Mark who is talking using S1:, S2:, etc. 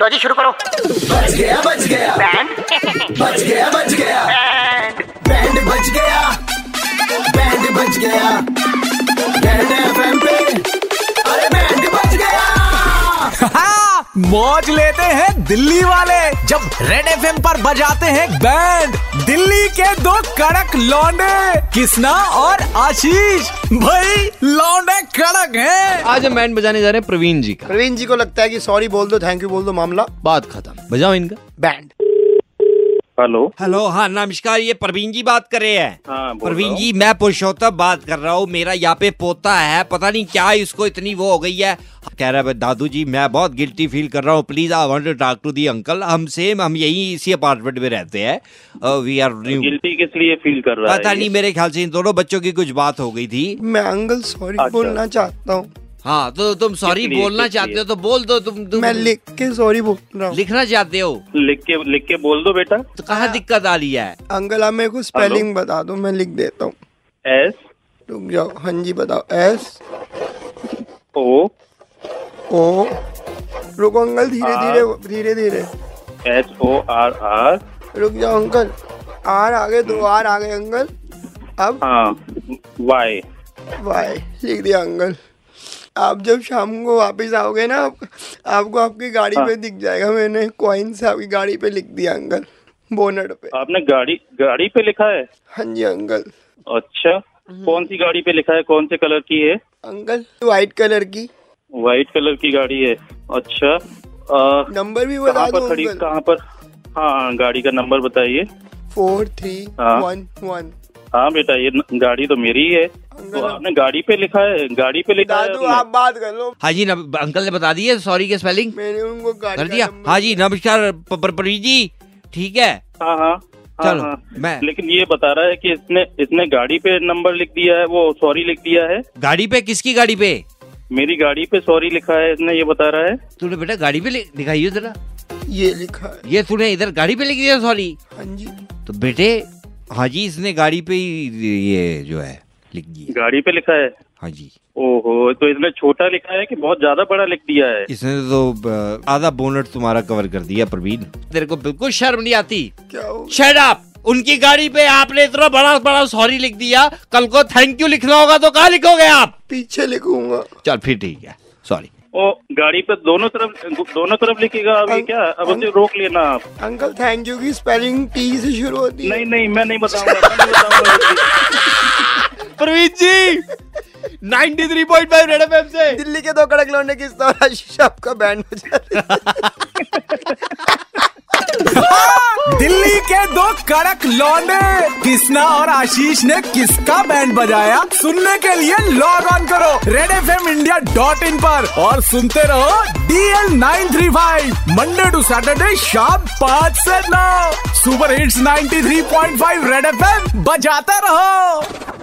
S1: लो जी शुरू करो
S2: बच गया बच गया
S1: बैंड
S2: बच गया बच गया
S1: बैंड
S2: बैंड बच गया बैंड बच गया बैंड एफएम पे अरे बैंड बच गया
S3: हाँ, मौज लेते हैं दिल्ली वाले जब रेड एफ पर बजाते हैं बैंड दिल्ली के दो कड़क लौंडे किसना और आशीष भाई लौंडे कड़क हैं
S4: आज हम बैंड बजाने जा रहे हैं प्रवीण जी का
S5: प्रवीण जी को लगता है कि सॉरी बोल दो थैंक यू बोल दो मामला
S4: बात खत्म बजाओ इनका
S5: बैंड
S6: हेलो
S5: हम्म।
S7: हेलो हाँ नमस्कार ये प्रवीण जी बात कर रहे हैं
S6: हाँ बोल रहा
S7: प्रवीण
S6: हूँ।
S7: जी मैं पुरुषोत्तम बात कर रहा हूँ मेरा यहाँ पे पोता है पता नहीं क्या इसको इतनी वो हो गई है कह रहा है दादू जी मैं बहुत गिल्टी फील कर रहा हूँ please I want to talk to the uncle हम सेम हम यही इसी अपार्टमेंट में रहते हैं वी आर न्यू
S6: गिल्टी किस लिए फील कर रहा है
S7: पता
S6: ये?
S7: नहीं मेरे ख्याल से इन दोनों बच्चों की कुछ बात हो गई थी
S5: मैं अंकल सॉरी
S6: अच्छा।
S5: बोलना चाहता हूँ
S4: हाँ तो तुम सॉरी
S6: किस लिए,
S4: बोलना
S6: किस
S4: चाहते
S6: लिए?
S4: हो तो बोल दो तुम, तुम
S5: मैं लिख के सॉरी बोल रहा हूँ
S4: लिखना चाहते हो
S6: लिख के लिख के बोल दो बेटा
S4: तो
S5: हाँ।
S4: कहाँ दिक्कत आ रही है
S5: अंकल आप मेरे को स्पेलिंग बता दो मैं लिख देता हूँ
S6: एस
S5: रुक जाओ हाँ जी बताओ एस
S6: ओ
S5: ओ रुको अंकल धीरे
S6: आर।
S5: धीरे धीरे धीरे
S6: एच ओ आर आर
S5: रुक जाओ अंकल आर आ गए दो आर आ गए अंकल अब
S6: हाँ वाई
S5: वाई लिख दिया अंकल आप जब शाम को वापस आओगे ना आप, आपको आपकी गाड़ी पे दिख जाएगा मैंने कॉइन से आपकी गाड़ी पे लिख दिया अंकल बोनट पे
S6: आपने गाड़ी गाड़ी पे लिखा है
S5: हाँ जी अंकल
S6: अच्छा
S5: हम्म।
S6: कौन सी गाड़ी पे लिखा है कौन से कलर की है
S5: अंकल वाइट कलर की
S6: वाइट कलर की गाड़ी है अच्छा आ,
S5: नंबर भी बता
S6: कहाँ
S5: दो
S6: पर खड़ी
S5: अंकल
S6: कहाँ पर हाँ हाँ, गाड़ी का नंबर बताइए
S5: फोर थ्री
S6: हाँ।
S5: वन वन
S6: हाँ बेटा ये न- गाड़ी तो मेरी ही है तो
S5: अंकल,
S6: आपने गाड़ी पे लिखा है गाड़ी पे लिखा है
S5: दादू
S6: आपने?
S5: आप बात कर लो
S4: हाँ जी नब- अंकल ने बता दी है सॉरी की स्पेलिंग
S5: मैंने उनको गाड़ी
S4: कर
S5: का
S4: दिया
S5: नंबर-
S4: हाँ जी नमस्कार प- प- प्रवीण जी ठीक है
S6: हाँ हाँ हाँ,
S4: चलो,
S6: हाँ।
S4: मैं-
S6: लेकिन ये बता रहा है कि इसने इसने गाड़ी पे नंबर लिख दिया है वो सॉरी लिख दिया है
S4: गाड़ी पे किसकी गाड़ी पे
S6: मेरी गाड़ी पे सॉरी लिखा है इसने ये बता रहा है
S4: तूने बेटा गाड़ी पे लि- दिखाइयो जरा
S5: ये लिखा है
S4: ये तूने इधर गाड़ी पे लिख दिया सॉरी
S5: हाँ जी
S4: तो बेटे हाँ जी इसने गाड़ी पे ही ये जो है लिख दिया
S6: गाड़ी पे लिखा है
S4: हाँ जी
S6: ओहो तो इसने छोटा लिखा है कि बहुत ज्यादा बड़ा लिख दिया है
S4: इसने तो अ, आधा बोनट तुम्हारा कवर कर दिया प्रवीण तेरे को बिल्कुल शर्म नहीं आती
S5: क्या हो
S4: शट अप उनकी गाड़ी पे आपने इतना बड़ा बड़ा सॉरी लिख दिया कल को थैंक यू लिखना होगा तो कहाँ लिखोगे आप
S5: पीछे लिखूंगा
S4: चल फिर ठीक है सॉरी
S6: ओ गाड़ी पे दोनों तरफ दोनों तरफ लिखेगा अब ये
S5: अंक-
S6: क्या अब उसे
S5: अंक-
S6: रोक लेना आप
S5: अंकल थैंक यू की स्पेलिंग टी से शुरू होती है
S6: नहीं नहीं मैं नहीं बताऊंगा मैं नहीं बताऊंगा
S4: प्रवीण जी 93.5 रेड एफएम से
S5: दिल्ली के दो कड़क लौंडे किस तरह आशीष आपका बैंड बजाते हैं।
S3: हाँ, दिल्ली के दो कड़क लौंडे किसना और आशीष ने किसका बैंड बजाया सुनने के लिए लॉग ऑन करो redfmindia.in इंडिया डॉट इन पर और सुनते रहो DL nine three five Monday to Saturday शाम पाँच से नौ सुपर हिट्स 93.5 रेड एफ बजाते रहो